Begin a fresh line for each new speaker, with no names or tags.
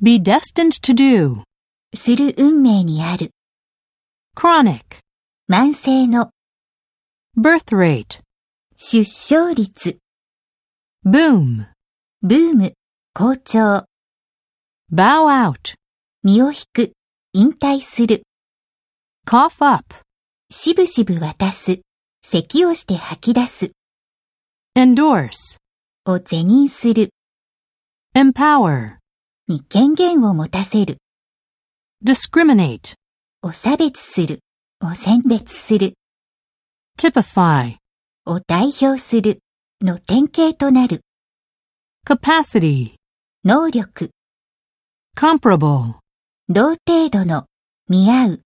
be destined to do,
する運命にある、
chronic,
慢性の、
birth rate,
出生率、
boom,
ブーム、好調、
bow out,
身を引く、引退する、
cough up,
しぶしぶ渡す、咳をして吐き出す、
endorse,
を是認する、
empower,
に権限を持たせる、
discriminate,
を差別する、を選別する、
typify,
を代表する、の典型となる、
capacity,
能力、
comparable.
同程度の、見合う。